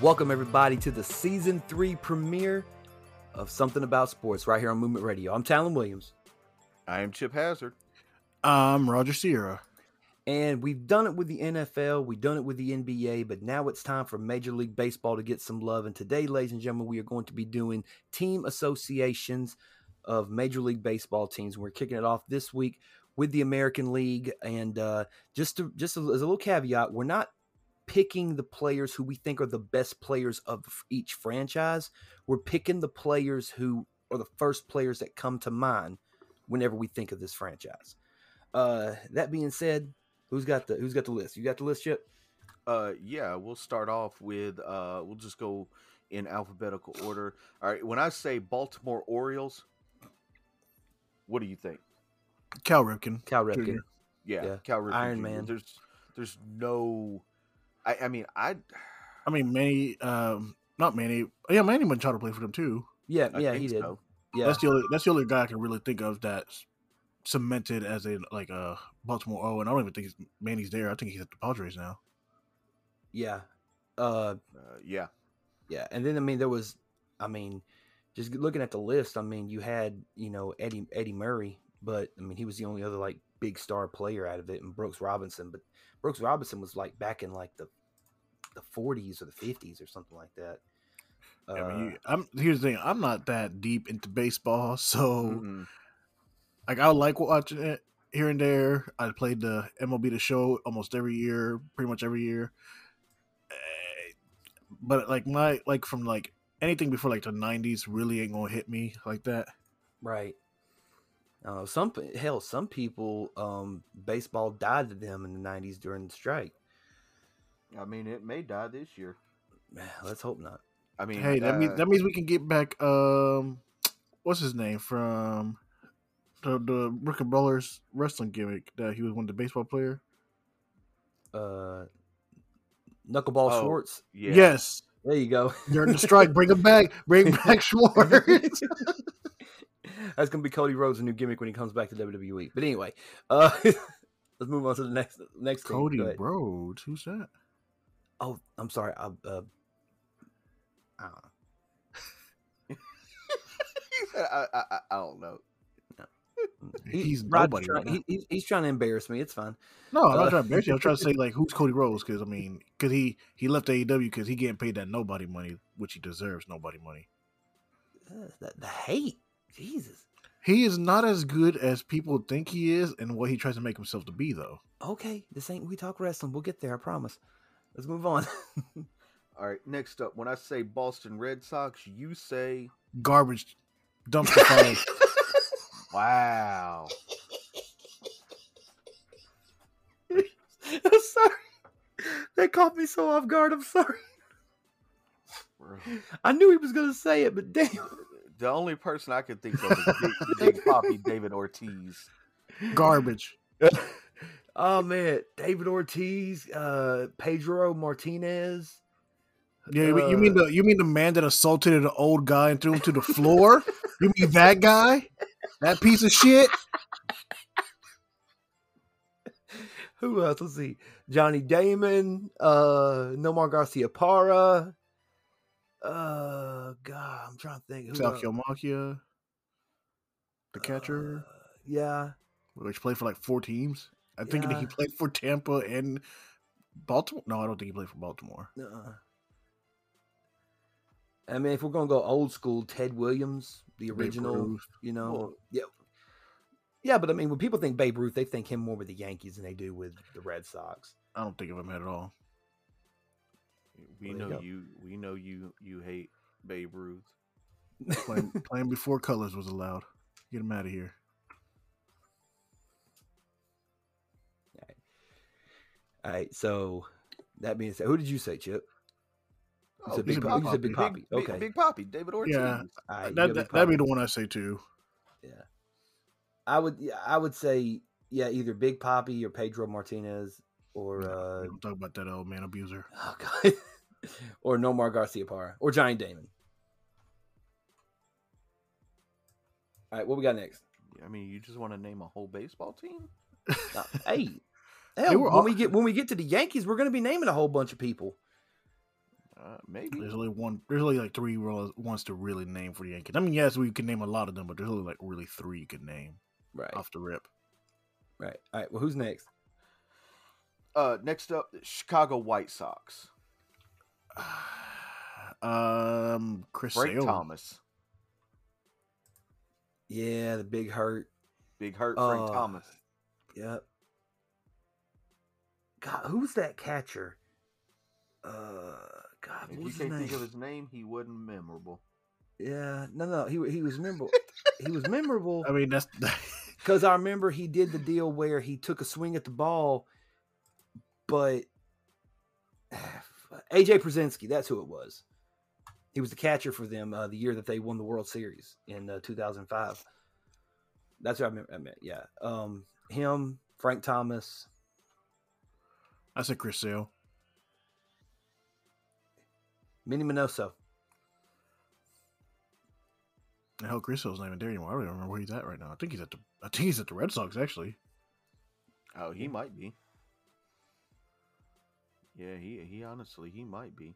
Welcome, everybody, to the season three premiere of Something About Sports right here on Movement Radio. I'm Talon Williams, I am Chip Hazard. I'm Roger Sierra. and we've done it with the NFL, we've done it with the NBA, but now it's time for Major League Baseball to get some love. And today, ladies and gentlemen, we are going to be doing team associations of Major League Baseball teams. We're kicking it off this week with the American League, and uh, just to, just as a little caveat, we're not picking the players who we think are the best players of each franchise. We're picking the players who are the first players that come to mind whenever we think of this franchise. Uh, that being said, who's got the who's got the list? You got the list, Chip? Uh, yeah, we'll start off with uh, we'll just go in alphabetical order. All right, when I say Baltimore Orioles, what do you think? Cal Ripken. Cal Junior. Ripken. Yeah, Yeah, Cal Ripken Iron Jr.. Man. There's there's no, I, I mean I I mean, Manny. Um, not Manny. Yeah, Manny Machado played for them too. Yeah, I yeah, think he did. so. Yeah, That's the only. That's the only guy I can really think of that's cemented as a like a Baltimore. Oh, and I don't even think he's, Manny's there. I think he's at the Padres now. yeah, uh, Uh, yeah, yeah. And then I mean, there was, I mean, just looking at the list, I mean, you had you know Eddie Eddie Murray, but I mean, he was the only other like big star player out of it, and Brooks Robinson. But Brooks Robinson was like back in like the the 40s or the 50s or something like that. I mean, Uh, you, I'm here's the thing. I'm not that deep into baseball, so Mm-hmm. Mm-mm. like I like watching it here and there. I played the MLB the Show almost every year, pretty much every year. Eh, But like my like from like anything before like the '90s really ain't gonna hit me like that. Right. Uh, some pe- hell, some people um, baseball died to them in the '90s during the strike. I mean it may die this year. Let's hope not. I mean, Hey, that uh, means that means we can get back. Um, what's his name from the the Rick and Brawler's wrestling gimmick that he was one of the baseball player. Uh, knuckleball Oh, Schwartz. yeah. Yes, There you go. during the strike, bring him back, bring back Schwartz. That's gonna be Cody Rhodes' new gimmick when he comes back to WWE. But anyway, uh, let's move on to the next next team. Go Cody ahead. Rhodes, who's that? Oh, I'm sorry. I, uh, I don't know. he said, I, I I- I don't know. He- He's Rod's nobody trying- right now. he- he's, he's trying to embarrass me. It's fine. No, I'm Uh, not trying to embarrass you. I'm trying to say like who's Cody Rhodes because I mean because he he left AEW because he getting paid that nobody money, which he deserves nobody money. Uh, the, the hate, Jesus. He is not as good as people think he is, and what he tries to make himself to be though. Okay, this ain't we talk wrestling. We'll get there. I promise. Let's move on. All right, next up, when I say Boston Red Sox, you say Garbage dumpster fire. wow. I'm sorry. That caught me so off guard. I'm sorry. Bro. I knew he was gonna say it, but damn. The only person I could think of is Big, Big Poppy David Ortiz. Garbage. Oh man, David Ortiz, uh, Pedro Martinez. Yeah, you mean- you mean Uh, the you mean the man that assaulted an old guy and threw him to the floor? you mean that guy? That piece of shit? Who else? Let's see. Johnny Damon, uh, Nomar Garcia Para. Uh, God, I'm trying to think. Who else? Salkio Makia, the catcher, Uh, yeah, which played for like four teams. I think that he Uh. yeah. played for Tampa and Baltimore. No, I don't think he played for Baltimore. uh I mean, if we're gonna go old school, Ted Williams, the Babe original, Ruth. you know, Well- yeah, yeah. But I mean, when people think Babe Ruth, they think him more with the Yankees than they do with the Red Sox. I don't think of him at all. There We you know go. you. We know you. You hate Babe Ruth. Playing, playing before colors was allowed. Get him out of here. All right, so that being said, who did you say, Chip? You said Big Oh, Big, Pop- Poppy. you You said Big Poppy. Oh, Big, okay, Big Poppy. David Ortiz. Yeah. All right, you that, got Big that, would be Poppy. the one I say too. I would. yeah, I would say yeah, either Big Poppy or Pedro Martinez or No, uh, we don't talk about that old man abuser. oh god, or Nomar Garcia Parra or Johnny Damon. All right, what we got next? I mean, you just want to name a whole baseball team? Uh, hey, hell, were when all- we get when we get to the Yankees, we're going to be naming a whole bunch of people. I Uh, maybe. There's only one. There's only like three real ones to really name for the Yankees. I mean, yes, we can name a lot of them, but there's only like really three you can name Right. off the rip. Right. All right. Well, who's next? Uh, next up, Chicago White Sox. Um, Chris Frank Sale. Thomas, Yeah, the big hurt. big hurt. Frank Uh, Thomas. Yep. God, who's that catcher? Uh, God, If what you was his can't name? think of his name, he wasn't memorable. Yeah, no, no, he wa- he was memorable. he was memorable I mean, that's because I remember he did the deal where he took a swing at the ball, but AJ Przinsky, that's who it was. He was the catcher for them uh, the year that they won the World Series in uh, 2005. That's what I remember. I meant, yeah, um, him, Frank Thomas. I said Chris Sale. Minnie Minoso. The hell, Chris Sale's not even there anymore. I don't even remember where he's at right now. I think he's at the. I think he's at the Red Sox actually. Oh, he might be. Yeah, he he honestly he might be.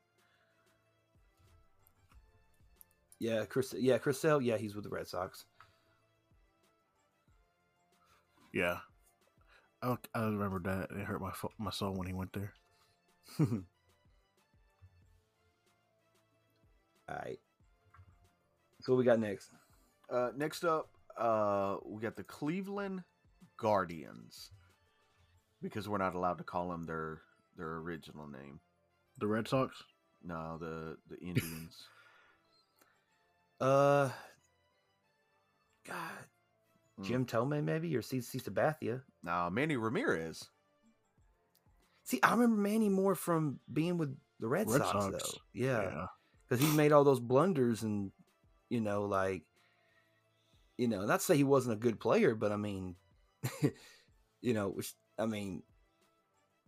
Yeah, Chris. Yeah, Chris Sale. Yeah, he's with the Red Sox. Yeah, I, I remember that. It hurt my fo- my soul when he went there. All right. So what we got next? Uh, next up, uh, we got the Cleveland Guardians because we're not allowed to call them their their original name. The Red Sox. No, the the Indians. Uh, God, Hmm. Jim Tomei maybe or CC Sabathia. now Manny Ramirez. See, I remember Manny more from being with the Red, Red Sox, Sox. though. Yeah, because he made all those blunders and you know, like, you know, not to say he wasn't a good player, but I mean, you know, which I mean,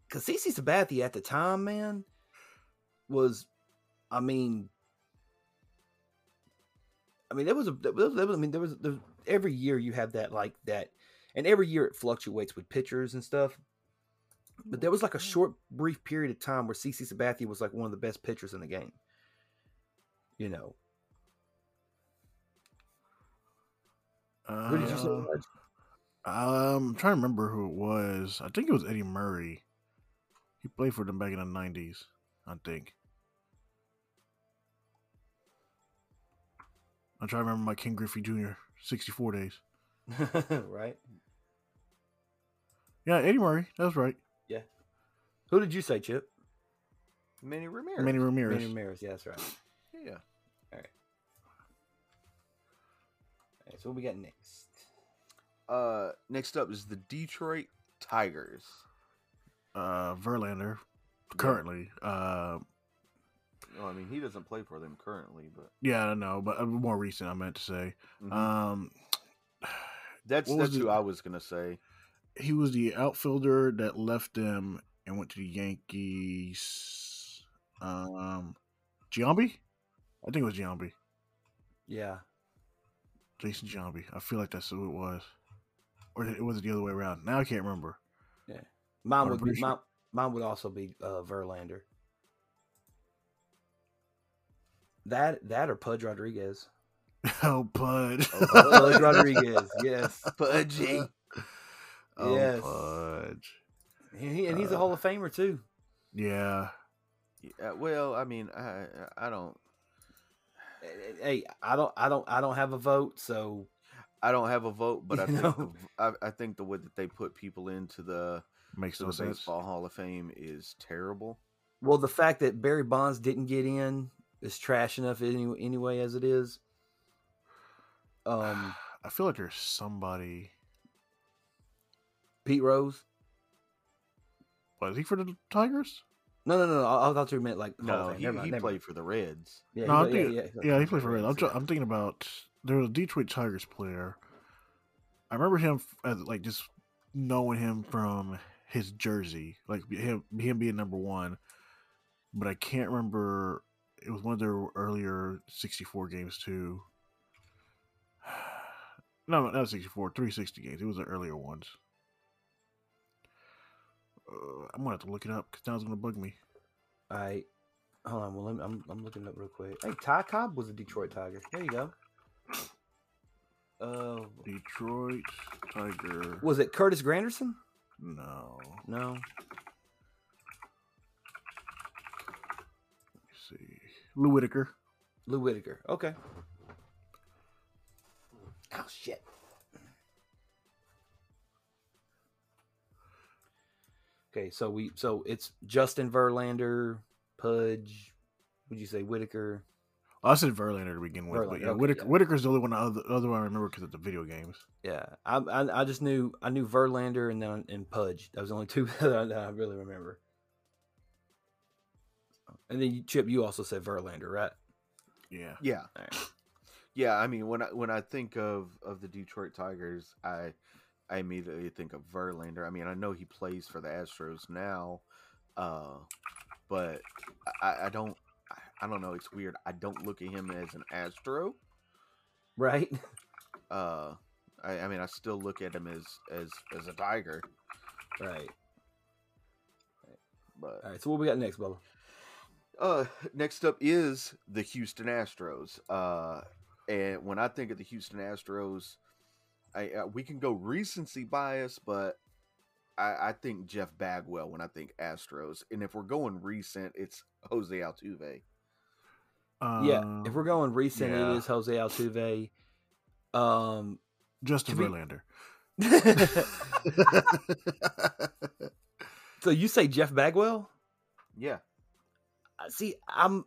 because CC Sabathia at the time, man, was, I mean, I mean, there was a, there was, there was I mean, there was, there was every year you have that like that, and every year it fluctuates with pitchers and stuff. But there was like a short, brief period of time where CC Sabathia was like one of the best pitchers in the game. You know, Uh, who did you say? um, was? I'm trying to remember who it was. I think it was Eddie Murray. He played for them back in the '90s. I think. I'm trying to remember my King Griffey Jr. 64 days. Um, right? Yeah, Eddie Murray. That's right. Who did you say, Chip? Manny Ramirez. Manny Ramirez. Manny Ramirez. Yeah, that's right. All Yeah. right, so what we got next? Uh, next up is the Detroit Tigers. Uh, Verlander. Currently. Uh, Oh, I mean, he doesn't play for them currently, but yeah, I don't know, but uh, more recent. I meant to say. Mhm. Um, that's what was that's who the- I was gonna say. he was the outfielder that left them and went to the Yankees. Um, Giambi, I think it was Giambi, Yeah, Jason Giambi. I feel like that's who it was, or it was it the other way around. Now I can't remember. mine I'm would be pretty sure- mine, mine would also be uh, Verlander. That that or Pudge Rodriguez. oh, Pud. Oh, Pudge Rodriguez. Yes, Pudgy. Oh, Um, Yes. Pudge. and, he- and he's a Hall of Famer too. Yeah, Yeah, well, I mean, I I don't Eh, Hey, I don't, I don't, I don't have a vote, so I don't have a vote, but I You think know? the, I, I think the way that they put people into the, makes to no the sense. baseball Hall of Fame is terrible. Well, the fact that Barry Bonds didn't get in is trash enough any, anyway as it is. Um, I feel like there's somebody. Pete Rose. Was he for the Tigers? No, no, no. no, I, I thought you meant like Hall of No, Fame. he, Never mind, he never played mind. for the Reds. Yeah, No, he I played- Yeah, he played for Red. I'm, tr- yeah. I'm thinking about there was a Detroit Tigers player. I remember him f- as like just knowing him from his jersey, like him him being number one. But I can't remember. It was one of their earlier 64 games too. No, no, not 64, 360 games. It was the earlier ones. Uh, I'm gonna have to look it up because now it's gonna bug me. All right. Hold on. Well, let me, I'm I'm looking up real quick. Hey, Ty Cobb was a Detroit Tiger. There you go. Uh, Detroit Tiger. was it Curtis Granderson? No. No. Let's see. Lou Whitaker. Lou Whitaker. Okay. Oh shit. Okay, so we so it's Justin Verlander, Pudge. Would you say Whitaker? Oh, I said Verlander to begin with, Verlander, but yeah, okay, Whitaker, yeah. Whitaker's the only one I, other, other one I remember because of the video games. Yeah, I, I I just knew I knew Verlander and then and Pudge. That was the only two that I, that I really remember. And then you, Chip, you also said Verlander, right? Yeah. Yeah. Alright. Yeah, I mean when I when I think of of the Detroit Tigers, I I immediately think of Verlander. I mean, I know he plays for the Astros now, uh, but I- I, I don't I- I don't know. It's weird. I don't look at him as an Astro. Right? Uh, I, I mean, I still look at him as as as a Tiger. right. But All right. So what we got next, Bubba? Uh, next up is the Houston Astros. Uh, and when I think of the Houston Astros, I uh, we can go recency bias, but I, I think Jeff Bagwell when I think Astros. And if we're going recent, it's Jose Altuve. yeah, Um, if we're going recent, yeah. it is Jose Altuve. Um, Justin to be- Verlander. so you say Jeff Bagwell? Yeah, I- See, I'm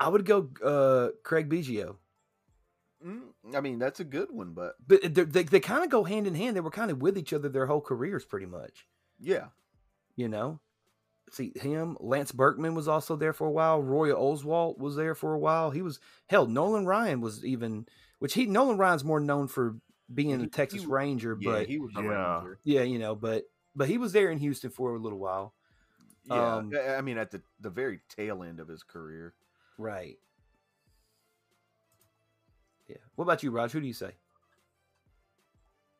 I would go uh Craig Biggio, mm, I mean that's a good one, but but uh, they they, they kind of go hand in hand. They were kind of with each other their whole careers, pretty much. yeah, You know, see him. Lance Berkman was also there for a while. Roy Oswalt was there for a while. He was hell. Nolan Ryan was even, which he Nolan Ryan's more known for being He- a Texas he- Ranger, yeah, but he was a Yeah. Ranger. yeah, you know, but but he was there in Houston for a little while. Yeah, Um, I I mean at the the very tail end of his career. Right. Yeah. What about you, Raj? Who do you say?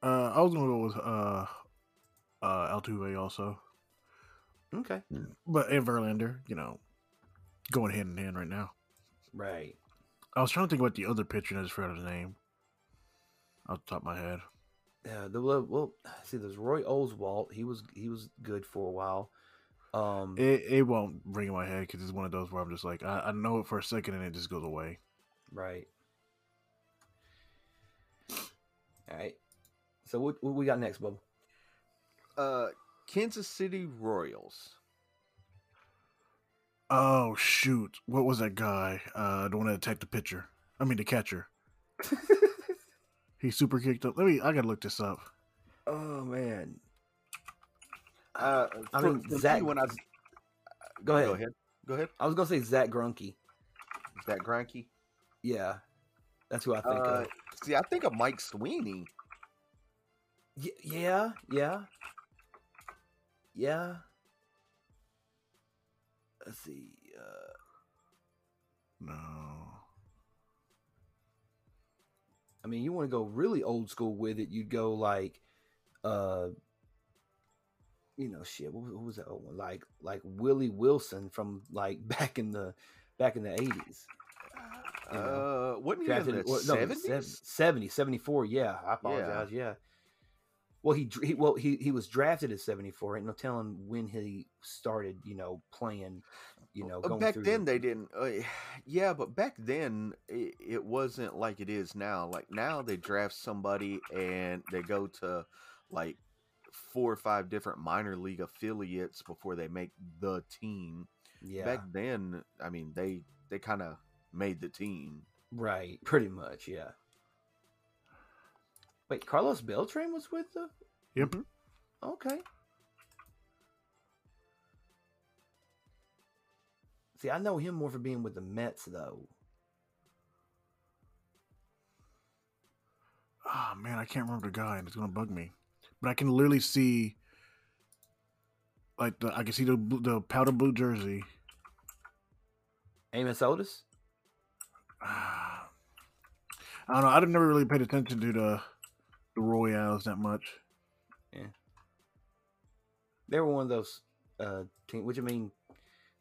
Uh, I was gonna go with uh, uh, Altuve also, Okay. but and Verlander, you know, going hand in hand right now. Right. I was trying to think about the other pitcher, and I just forgot his name. Off the top of my head, Yeah. Uh, The well, well, see, there's Roy Oswalt. He was he was good for a while. Um. it, it won't ring in my head because it's one of those where I'm just like, I, I know it for a second, and it just goes away. right. All right. So what what we got next, Bubba? Uh, Kansas City Royals. Oh shoot! What was that guy? Uh, the one that attacked the pitcher. I mean the catcher. he super kicked up. Let me. I gotta look this up. Oh man. Uh, I for- mean, for me, Zach- when I Go ahead. go ahead, go ahead. I was gonna say Zach Grunke. Is that Granky? Yeah. That's who I think Uh, of. see, I think of Mike Sweeney. Y- yeah, yeah, yeah. Let's see. Uh, No. I mean, you want to go really old school with it? You'd go like, uh, you know, shit. What, was- what was that old one? Like, like Willie Wilson from like back in the back in the eighties. You know, Uh, wasn't he in the seventies? 70, 74, Yeah, I apologize. Yeah. Well, he, dr- he well he he was drafted at seventy four. Ain't no telling when he started. You know, playing. You know, going uh, back through- then they didn't. Uh, yeah, but back then it, it wasn't like it is now. Like now they draft somebody and they go to like four or five different minor league affiliates before they make the team. yeah, Back then, I mean they they kind of made the team. right, pretty much, yeah. Wait, Carlos Beltran was with the Yep. okay. See, I know him more for being with the Mets though. Oh man, I can't remember the guy, and it's gonna bug me. But I can literally see, like, the, I can see the bl- the powder blue jersey. Amos Otis. I don't know. I've never really paid attention to the the Royals that much. They were one of those uh team. Which I mean,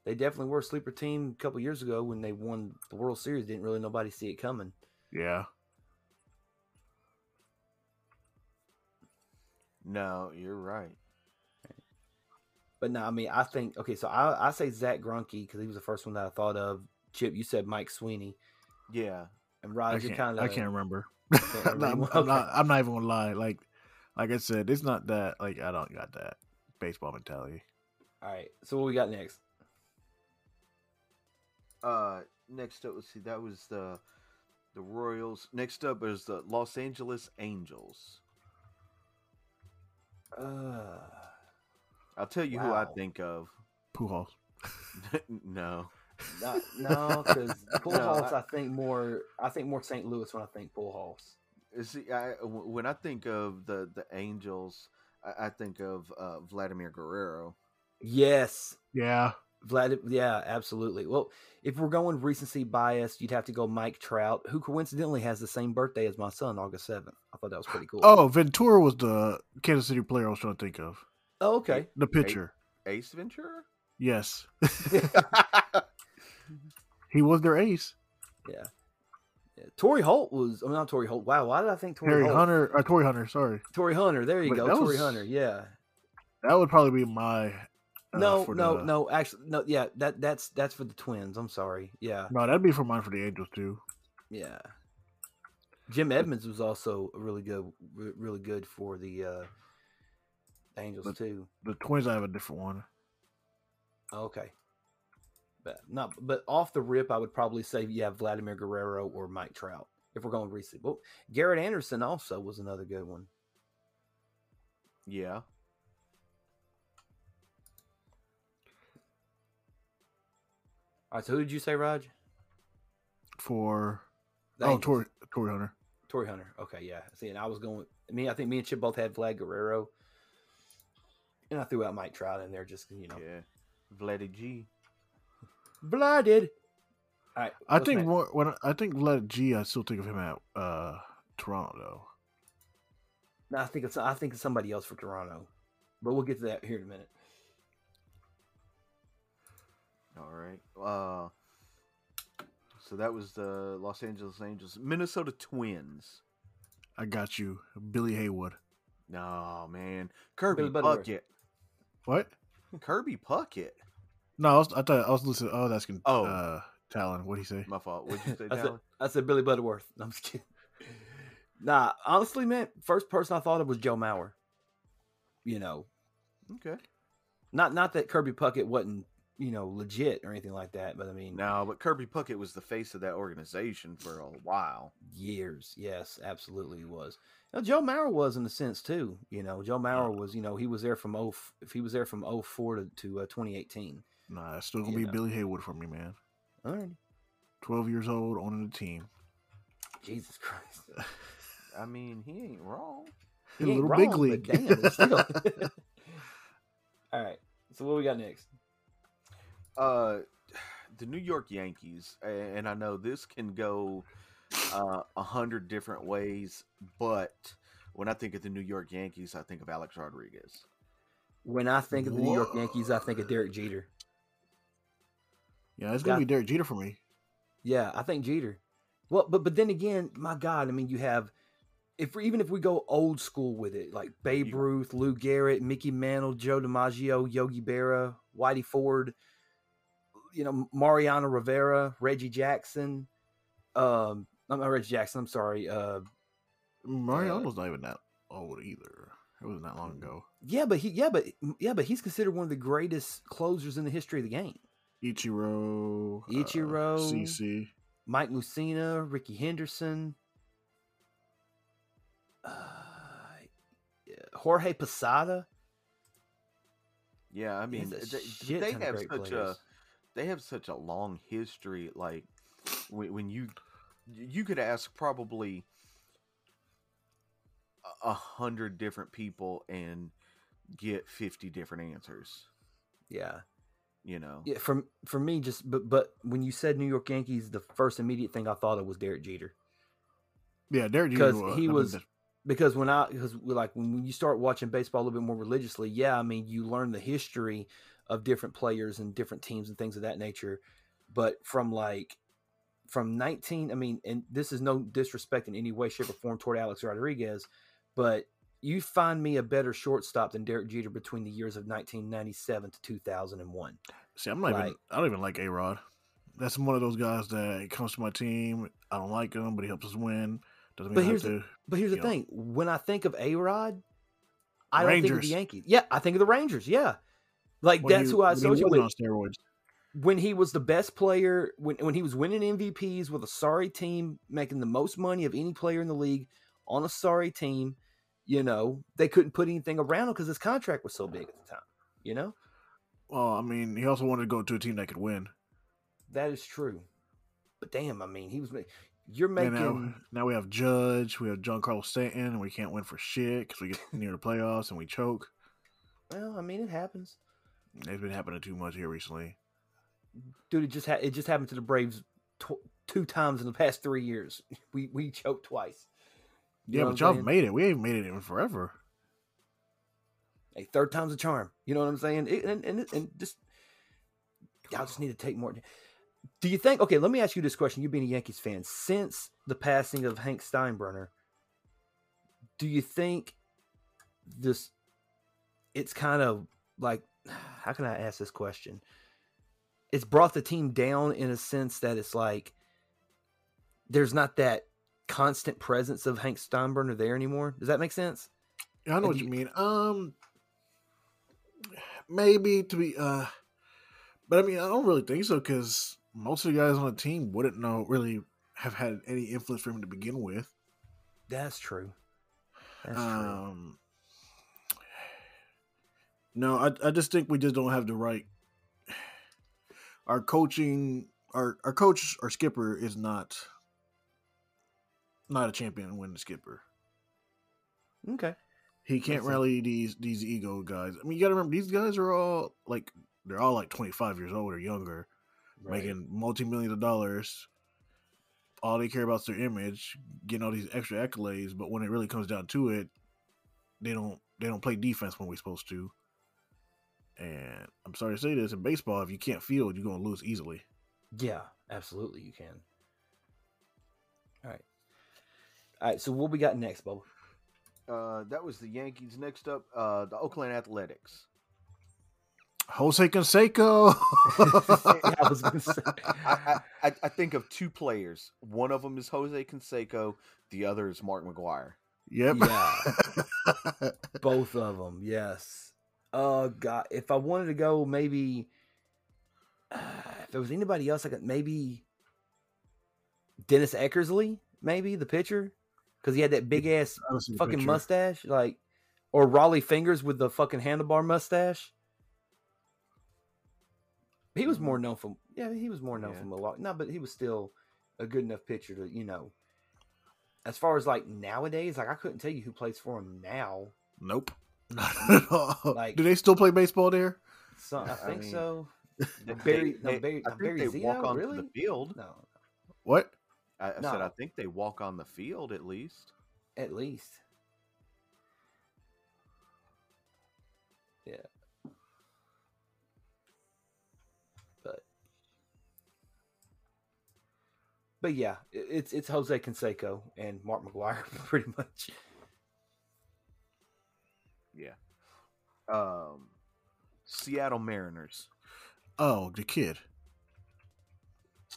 they definitely were a sleeper team a couple years ago when they won the World Series. Didn't really nobody see it coming. Yeah. No, you're right. But no, I mean, I think okay. So I I say Zach Greinke because he was the first one that I thought of. Chip, you said Mike Sweeney Yeah. and I Rod. You can't, kind of I can't remember. can't I'm, remember not, anymore. I'm not- I'm not even gonna lie. Like, like I said, it's not that. Like, I don't got that baseball mentality. All right. So what we got next? Uh, next up, let's see. That was the the Royals. Next up is the Los Angeles Angels. Uh, I'll tell you who I Wow. think of. Pujols. no. not, no, because Pujols, I- I think more. I think more St. Louis when I think Pujols. See, I w- when I think of the the Angels, I, I think of uh, Vladimir Guerrero. Yes, Yeah. Vlad. Yeah, absolutely. Well, if we're going recency bias, you'd have to go Mike Trout, who coincidentally has the same birthday as my son, August seventh. I thought that was pretty cool. Oh, Ventura was the Kansas City player I was trying to think of. Oh, okay. The pitcher. Ace Ventura. Yes, he was their ace. Yeah. Tory Holt was. I mean, not Tory Holt. Wow. Why did I think Tory Terry Holt? Hunter or Tory Hunter. Sorry, Tory Hunter. There you Wait, go. that Tory was- Hunter. Yeah. that would probably be my. uh, no, for no, the- no. Actually, no. Yeah. That that's that's for the Twins. I'm sorry. Yeah. No, that'd be for mine for the Angels too. Yeah. Jim Edmonds was also really good, re- really good for the uh, Angels But- too. Oh, The Twins, I have a different one. Okay, but not but off the rip, I would probably say yeah, Vladimir Guerrero or Mike Trout if we're going recent. Well, Garrett Anderson also was another good one. yeah. All right, so who did you say, Raj? For The oh, Angels. Tory, Tory Hunter. Tory Hunter. Okay, yeah. See, and I was going. I mean, I think me and Chip both had Vlad Guerrero, and I threw out Mike Trout in there just 'cause, you know. Yeah. Vladdy G. Blooded. All right. I what's think next? more when I- I think Vlad G, I still think of him at uh, Toronto though. No, I think it's I think it's somebody else for Toronto, but we'll get to that here in a minute. All right. Uh, so that was the Los Angeles Angels, Minnesota Twins. I got you, Billy Haywood. No man, Kirby Billy Butterworth. Puckett. What? Kirby Puckett. No, I, was, I thought I was listening. Oh, that's gonna. Oh. uh, Talon. What would he say? My fault. What'd you say, I said, Tyler? I said Billy Butterworth. No, I'm just kidding. Nah, honestly, man, first person I thought of was Joe Mauer. You know, Okay. not not that Kirby Puckett wasn't you know legit or anything like that, but I mean No, but Kirby Puckett was the face of that organization for a while. years. Yes, absolutely he was. Now, Joe Mauer was in a sense too. You know, Joe Mauer was you know he was there from oh if he was there from 04 to, to uh, 2018. Nah, it's still gonna You be know. Billy Haywood for me, man. All right, Twelve years old, owning the team. Jesus Christ. I mean, he ain't wrong. He Little ain't big but league. damn, it's still. All right. So what we got next? Uh, the New York Yankees, a- and I know this can go uh, a hundred different ways, but when I think of the New York Yankees, I think of Alex Rodriguez. When I think of the New York Yankees, I think of Derek Jeter. Yeah, it's gonna Yeah. be Derek Jeter for me. Yeah, I think Jeter. Well, but but then again, my God, I mean, you have if we- even if we go old school with it, like Babe You- Ruth, Lou Garrett, Mickey Mantle, Joe DiMaggio, Yogi Berra, Whitey Ford, you know, Mariano Rivera, Reggie Jackson, um, not Reggie Jackson. I'm sorry, uh, Mariano's not even that old either. It wasn't that Hmm. long ago. Yeah, but he yeah, but yeah, but he's considered one of the greatest closers in the history of the game. Ichiro, uh, Ichiro. CC. Mike Mussina, Ricky Henderson, uh, yeah, Jorge Posada. Yeah, I mean, There's a they, shit they ton of have great such a players. they have such a long history. Like when, when you you could ask probably a- a hundred different people and get fifty different answers. yeah, You know, yeah. For for me, just but but when you said New York Yankees, the first immediate thing I thought of was Derek Jeter. Yeah, Derek Jeter. uh, 'Cause wa- he I mean, was- that's- because when I because like when you start watching baseball a little bit more religiously, yeah, I mean you learn the history of different players and different teams and things of that nature. But from like from 19, I mean, and this is no disrespect in any way, shape, or form toward Alex Rodriguez, but you find me a better shortstop than Derek Jeter between the years of 1997 to 2001. See, I'm not Like- even. I don't even like A Rod. That's one of those guys that comes to my team. I don't like him, but he helps us win. Doesn't mean But I here's have the- to. But here's the Yeah. thing: when I think of A Rod, I don't think of the Rangers. Yankees. Yeah, I think of the Rangers. Yeah, like when that's he- who I when he associate with. wasn't on steroids. when he was the best player, when when he was winning MVPs with a sorry team, making the most money of any player in the league on a sorry team, you know, they couldn't put anything around him because his contract was so big at the time. You know, Well, I mean, he also wanted to go to a team that could win. that is true. But damn, I mean, he was ma- you're And making now, now we have Judge, we have John Carlos Stanton, and we can't win for shit because we get near the playoffs and we choke. well, I mean, it happens. It's been happening too much here recently. Dude, it just ha- it just happened to the Braves tw- two times in the past 3 years. We we choked twice. You Yeah, know what but I'm y'all saying? made it. We ain't made it in forever. Hey, third time's a charm. You know what I'm saying? It- and, and, and just, y'all just need to take more. Do you think, okay, let me ask you this question. You being a Yankees fan, since the passing of Hank Steinbrenner, do you think this, it's kind of like, how can I ask this question? It's brought the team down in a sense that it's like, there's not that constant presence of Hank Steinbrenner there anymore. Does that make sense? Yeah, I And know what you- you mean. Um, maybe to be, uh, but I mean, I don't really think so because most of the guys on the team wouldn't know really have had any influence for him to begin with. That's true. That's true. Um, no, I, I just think we just don't have the right. Our coaching, our our coach, our skipper is not not a champion when the skipper. Okay. He can't Makes sense. rally these these ego guys. I mean, you got to remember these guys are all like they're all like twenty five years old or younger, making multi millions of dollars. All they care about is their image, getting all these extra accolades. But when it really comes down to it, they don't they don't play defense when we're supposed to. And I'm sorry to say this in baseball, if you can't field, you're gonna lose easily. Yeah, absolutely you can. All right. All right, so what we got next, Bubba? Uh, that was the Yankees. Next up, uh, the Oakland Athletics. Jose Canseco. I was gonna say. I, I- I, I think of two players. One of them is Jose Canseco. The other is Mark McGuire. yep. Yeah. Both of them, yes. Oh god, if I wanted to go maybe if there was anybody else I could maybe Dennis Eckersley, maybe the pitcher cuz he had that big ass Honestly, fucking picture. mustache, like, or Raleigh fingers with the fucking handlebar mustache. He was more known for yeah, he was more known Mm-hmm. Yeah. for Milwaukee. No, but he was still a good enough pitcher to you know. As far as like nowadays, like I couldn't tell you who plays for him now. Nope. Not at all. Like- Do they still play baseball there? So I I think mean, so. They- Barry- they- no, Barry- I no, think Barry they walk Zito, onto really? the field. No, What? I, I said No. I think they walk on the field at least. at least. Yeah. But But yeah, i- it's it's Jose Canseco and Mark McGuire pretty much. Yeah. Um, Seattle Mariners. Oh, the kid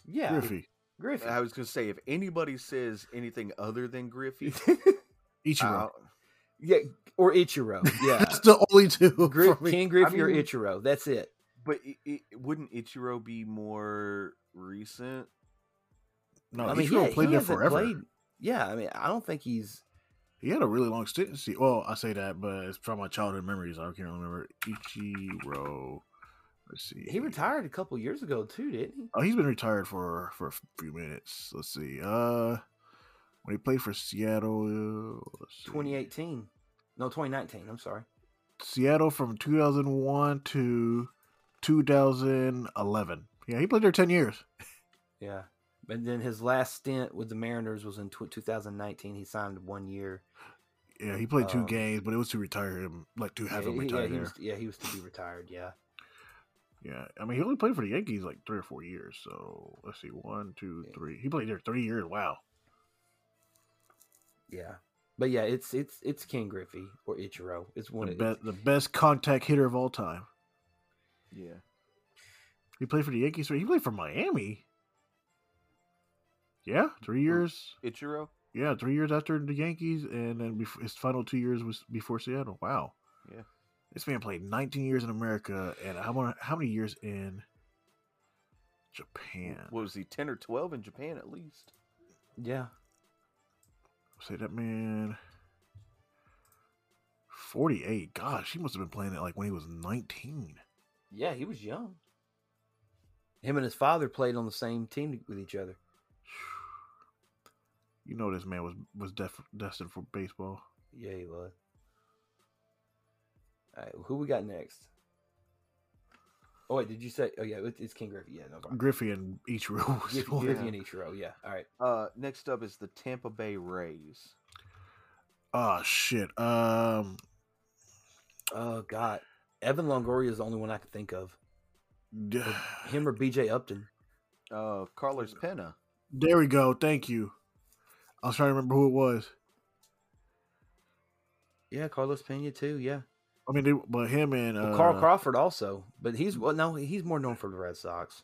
Yeah. Griffey, Griffey. I was gonna say if anybody says anything other than Griffey, Uh, uh, Ichiro. I'll- yeah, or Ichiro. Yeah. That's the only two. Griff, for me. Ken Griffey or mean- Ichiro. That's it. but it, it, wouldn't Ichiro be more recent? No, I mean, Ichiro yeah, played there hasn't forever. Yeah, I mean, I don't think he's He had a really long stint. in Se- Well, I say that, but it's from my childhood memories. I can't remember Ichiro. Let's see. he retired a couple years ago too, didn't he? Oh, he's been retired for for a few minutes. Let's see. Uh, when he played for Seattle, uh, let's see. 2018. No, 2019. I'm sorry. Seattle from 2001 to 2011. Yeah, he played there 10 years. Yeah. And then his last stint with the Mariners was in tw 2019. He signed one year. Yeah, he played two Um, games, but it was to retire him, like to have yeah, him he- retire yeah, he there. was, yeah, he was to be retired. Yeah. Yeah, I mean, he only played for the Yankees like three or four years. So let's see, one, two, Yeah. three. He played there three years. Wow. Yeah. But yeah, it's it's it's Ken Griffey or Ichiro. It's one The of it's- best, the best contact hitter of all time. Yeah. He played for the Yankees. He played for Miami. Yeah, three years. Ichiro? Yeah, three years after the Yankees, and then bef- his final two years was before Seattle. Wow. Yeah. This man played 19 years in America, and how many how many years in Japan? What was he, 10 or 12 in Japan at least? Yeah. Say that man. 48. Gosh, he must have been playing it like when he was 19. Yeah, he was young. Him and his father played on the same team with each other. You know this man was was def- destined for baseball. Yeah, he was. All right, who we got next? Oh wait, did you say? Oh yeah, it- it's King Griffey. Yeah, no problem. Griffey and Ichiro. was the Griffey, one. Griffey and Ichiro. Yeah. All right. Uh, next up is the Tampa Bay Rays. Oh shit. Um Oh God, Evan Longoria is the only one I could think of. d- Him or B.J. Upton. Uh, Carlos Pena. There we go. Thank you. I was trying to remember who it was. Yeah, Carlos Pena too. Yeah, I mean, they, but him and well, uh, Carl Crawford also, but he's well, no, he's more known for the Red Sox.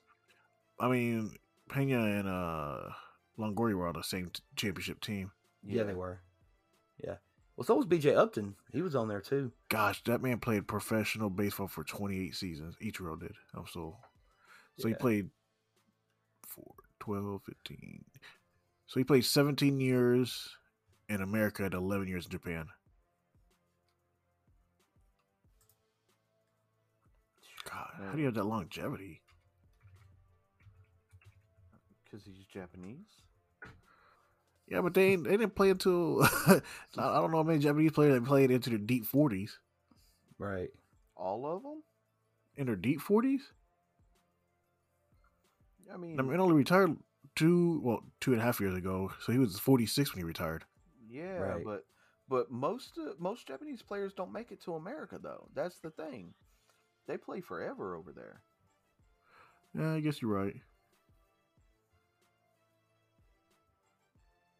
I mean, Pena and uh, Longoria were on the same t- championship team. Yeah, they were. Yeah. Well, so was B.J. Upton. He was on there too. Gosh, that man played professional baseball for 28 seasons. Ichiro did. I'm so. So Yeah. he played four, 12, 15. So he played 17 years in America and 11 years in Japan. God, how do you have that longevity? Because he's Japanese. Yeah, but they ain't- they didn't play until I I don't know how many Japanese players that played into their deep forties. Right. All of them? In their deep forties, I mean, I mean, only retired two well two and a half years ago. So he was forty six when he retired. yeah, Right. but but most uh, most Japanese players don't make it to America though. That's the thing. They play forever over there. Yeah, I guess you're right.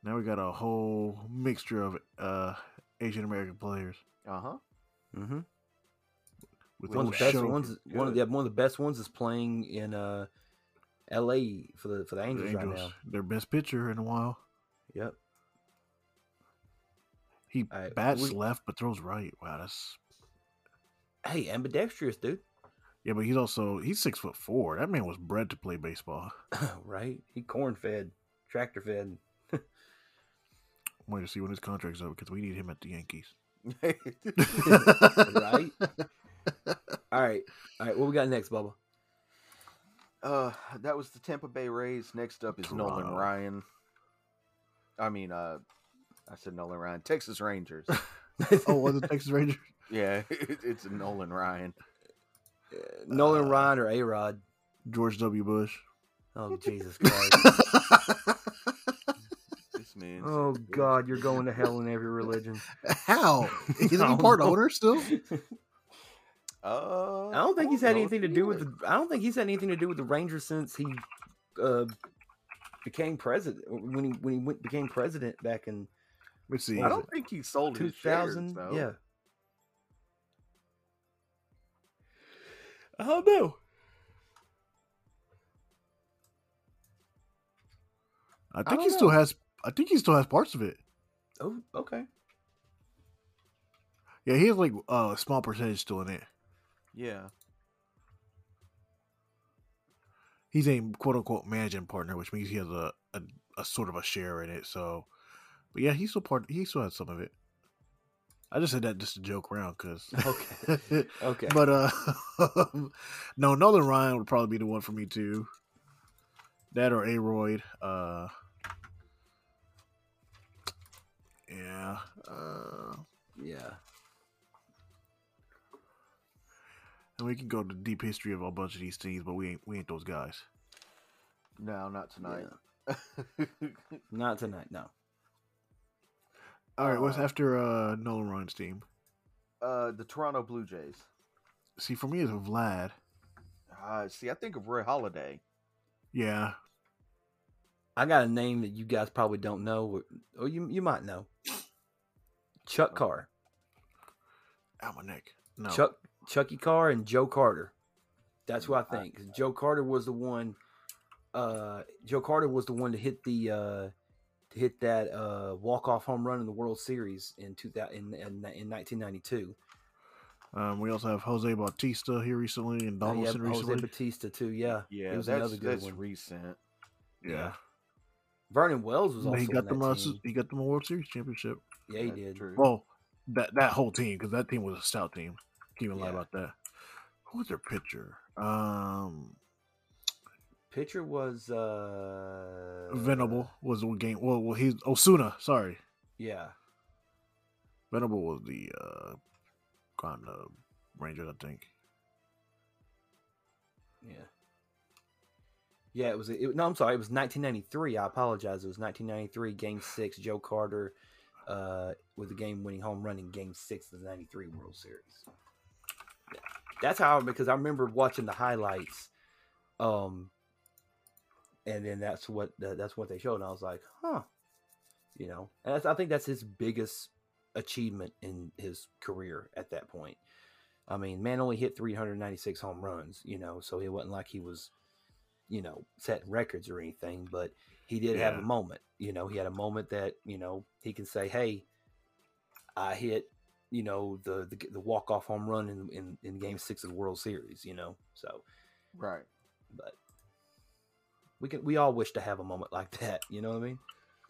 Now we got a whole mixture of uh Asian American players. Uh huh. Mm-hmm. With One no of the best show. ones. is One of good. the one of the best ones is playing in uh, L.A. for the for the The Angels, right Angels, now. their best pitcher in a while. Yep. He All right, bats we- left but throws right. Wow, that's Hey, ambidextrous dude. Yeah, but he's also he's six foot four. That man was bred to play baseball. right. He corn fed, tractor fed. I'm waiting to see when his contract's up because we need him at the Yankees. Right. All right. All right. What we got next, Bubba? uh, that was the Tampa Bay Rays. Next up is Nolan Toronto. Ryan. I mean, uh, I said Nolan Ryan, Texas Rangers. Oh, was it Texas Rangers? yeah, it, it's Nolan Ryan. Nolan Uh, Ryan or A Rod? George W. Bush. Oh Jesus Christ! This man. oh God, you're going to hell in every religion. How I is he don't part know. owner still? Uh, I don't think he's had know anything to if do he with. is. The, I don't think he's had anything to do with the Rangers since he uh, became president. When he when he went, became president back in Let's see. I don't think he sold two his shares. thousand. though. Yeah. I don't know. I I think he don't still know. has. I think he still has parts of it. Oh, okay. Yeah, he has like uh, a small percentage still in it. yeah. He's a quote unquote managing partner, which means he has a, a, a sort of a share in it. So, but yeah, he's still part. He still has some of it. I just said that just to joke around because Okay. Okay. But uh, no, Nolan Ryan would probably be the one for me too. That or Aroyd. Uh, yeah. Uh, yeah. and we can go to deep history of a bunch of these teams, but we ain't we ain't those guys. No, not tonight. Not tonight. No. All right, what's Uh, after uh, Nolan Ryan's team? uh, the Toronto Blue Jays. See, for me, it's Vlad. Oh Uh, see, I think of Roy Holiday. Yeah. I got a name that you guys probably don't know, or, or you you might know. Chuck Carr, Almanac. No. Chuck Chucky Carr, and Joe Carter. That's who I think. 'cause Joe Carter was the one. Uh, Joe Carter was the one to hit the uh, to hit that uh, walk off home run in the World Series in two thousand in, in, in nineteen ninety two. Um, we also have Jose Bautista here recently and Donaldson Oh, Jose recently. Batista too. Yeah, Yeah, It was that's another good that's one. recent. yeah. Vernon Wells was And also he got on them. that Uh, team. he got them a World Series championship. Yeah, he That's did. true. Well, that that whole team because that team was a stout team. Can't even lie Yeah. about that. Who was their pitcher? Um, Pitcher was uh, Venable was the game. Well, well, he's Osuna. Sorry, Yeah, Venable was the uh, kind of Rangers, I think. yeah, yeah. It was. It, no, I'm sorry. It was 1993. I apologize. It was 1993. Game six. Joe Carter, uh, with a game-winning home run in Game six of the '93 World Series. Yeah. That's how because I remember watching the highlights, um, and then that's what the, that's what they showed, and I was like, huh, you know. And that's, I think that's his biggest achievement in his career at that point. I mean, man only hit 396 home runs, you know, so it wasn't like he was, you know, setting records or anything, but he did have Yeah. a moment, you know, he had a moment that, you know, he can say, hey, I hit, you know, the the, the walk off home run in, in, in game six of the World Series, you know, so, Right. but we can, we all wish to have a moment like that, you know what I mean?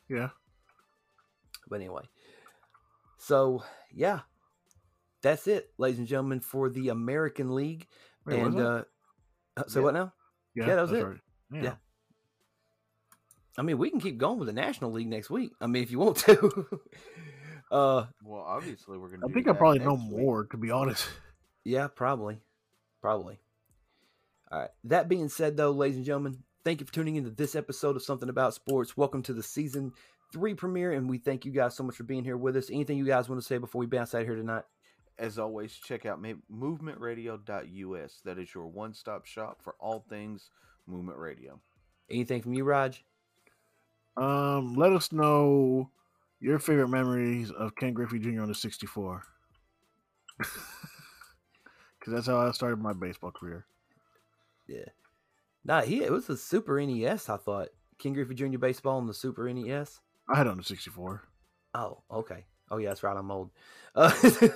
Yeah. But anyway, so yeah, that's it, ladies and gentlemen, for the American League. Wait, was and it? uh, uh, so Yeah. what now? yeah, that was that's it. right. Yeah. I mean, we can keep going with the National League next week. I mean, if you want to. uh, Well, obviously we're gonna. I do think I that probably know next week. more to be honest. yeah, probably, probably. All right. That being said, though, ladies and gentlemen, thank you for tuning into this episode of Something About Sports. Welcome to the season three premiere, and we thank you guys so much for being here with us. Anything you guys want to say before we bounce out of here tonight? As always, check out ma- movementradio.us. That is your one-stop shop for all things Movement Radio. Anything from you, Raj? Um, let us know your favorite memories of Ken Griffey Jr. on the 64. Because that's how I started my baseball career. Nah, he it was a Super NES. I thought King Griffey Jr. baseball on the Super NES. I had it on the 64. Oh, okay. Oh yeah, that's right. I'm old. Uh, Super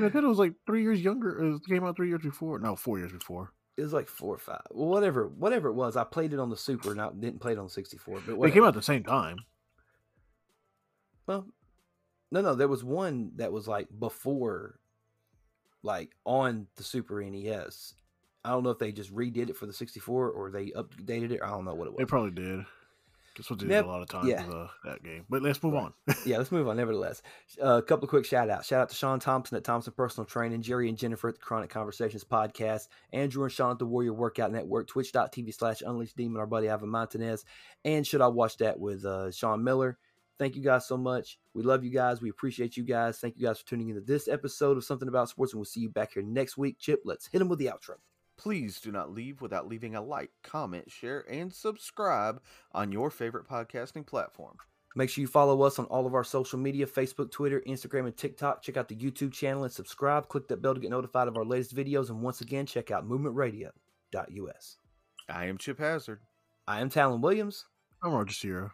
Nintendo was like three years younger. It came out three years before. No, four years before. it was like four or five. Well, whatever, whatever it was. I played it on the Super, not didn't play it on 64. But They came whatever. out at the same time. Well, no, no, there was one that was like before, like on the Super NES. I don't know if they just redid it for the 64 or they updated it. I don't know what it They was. probably did. That's what they Yep. did a lot of times Yeah. with uh, that game. But let's move Right. on. yeah, let's move on. Nevertheless, Uh, a couple of quick shout outs. Shout out to Sean Thompson at Thompson Personal Training, Jerry and Jennifer at the Chronic Conversations Podcast, Andrew and Sean at the Warrior Workout Network, twitch.tv slash Unleashed Demon, our buddy Ivan Montanez, and Should I Watch That with uh, Sean Miller. Thank you guys so much. We love you guys. We appreciate you guys. Thank you guys for tuning into this episode of Something About Sports, and we'll see you back here next week. Chip, let's hit him with the outro. Please do not leave without leaving a like, comment, share, and subscribe on your favorite podcasting platform. Make sure you follow us on all of our social media Facebook, Twitter, Instagram, and TikTok. Check out the YouTube channel and subscribe. Click that bell to get notified of our latest videos. And once again, check out movementradio.us. I am Chip Hazard, I am Talon Williams. I'm Roger Sierra.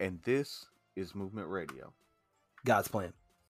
and this is Movement Radio. God's plan.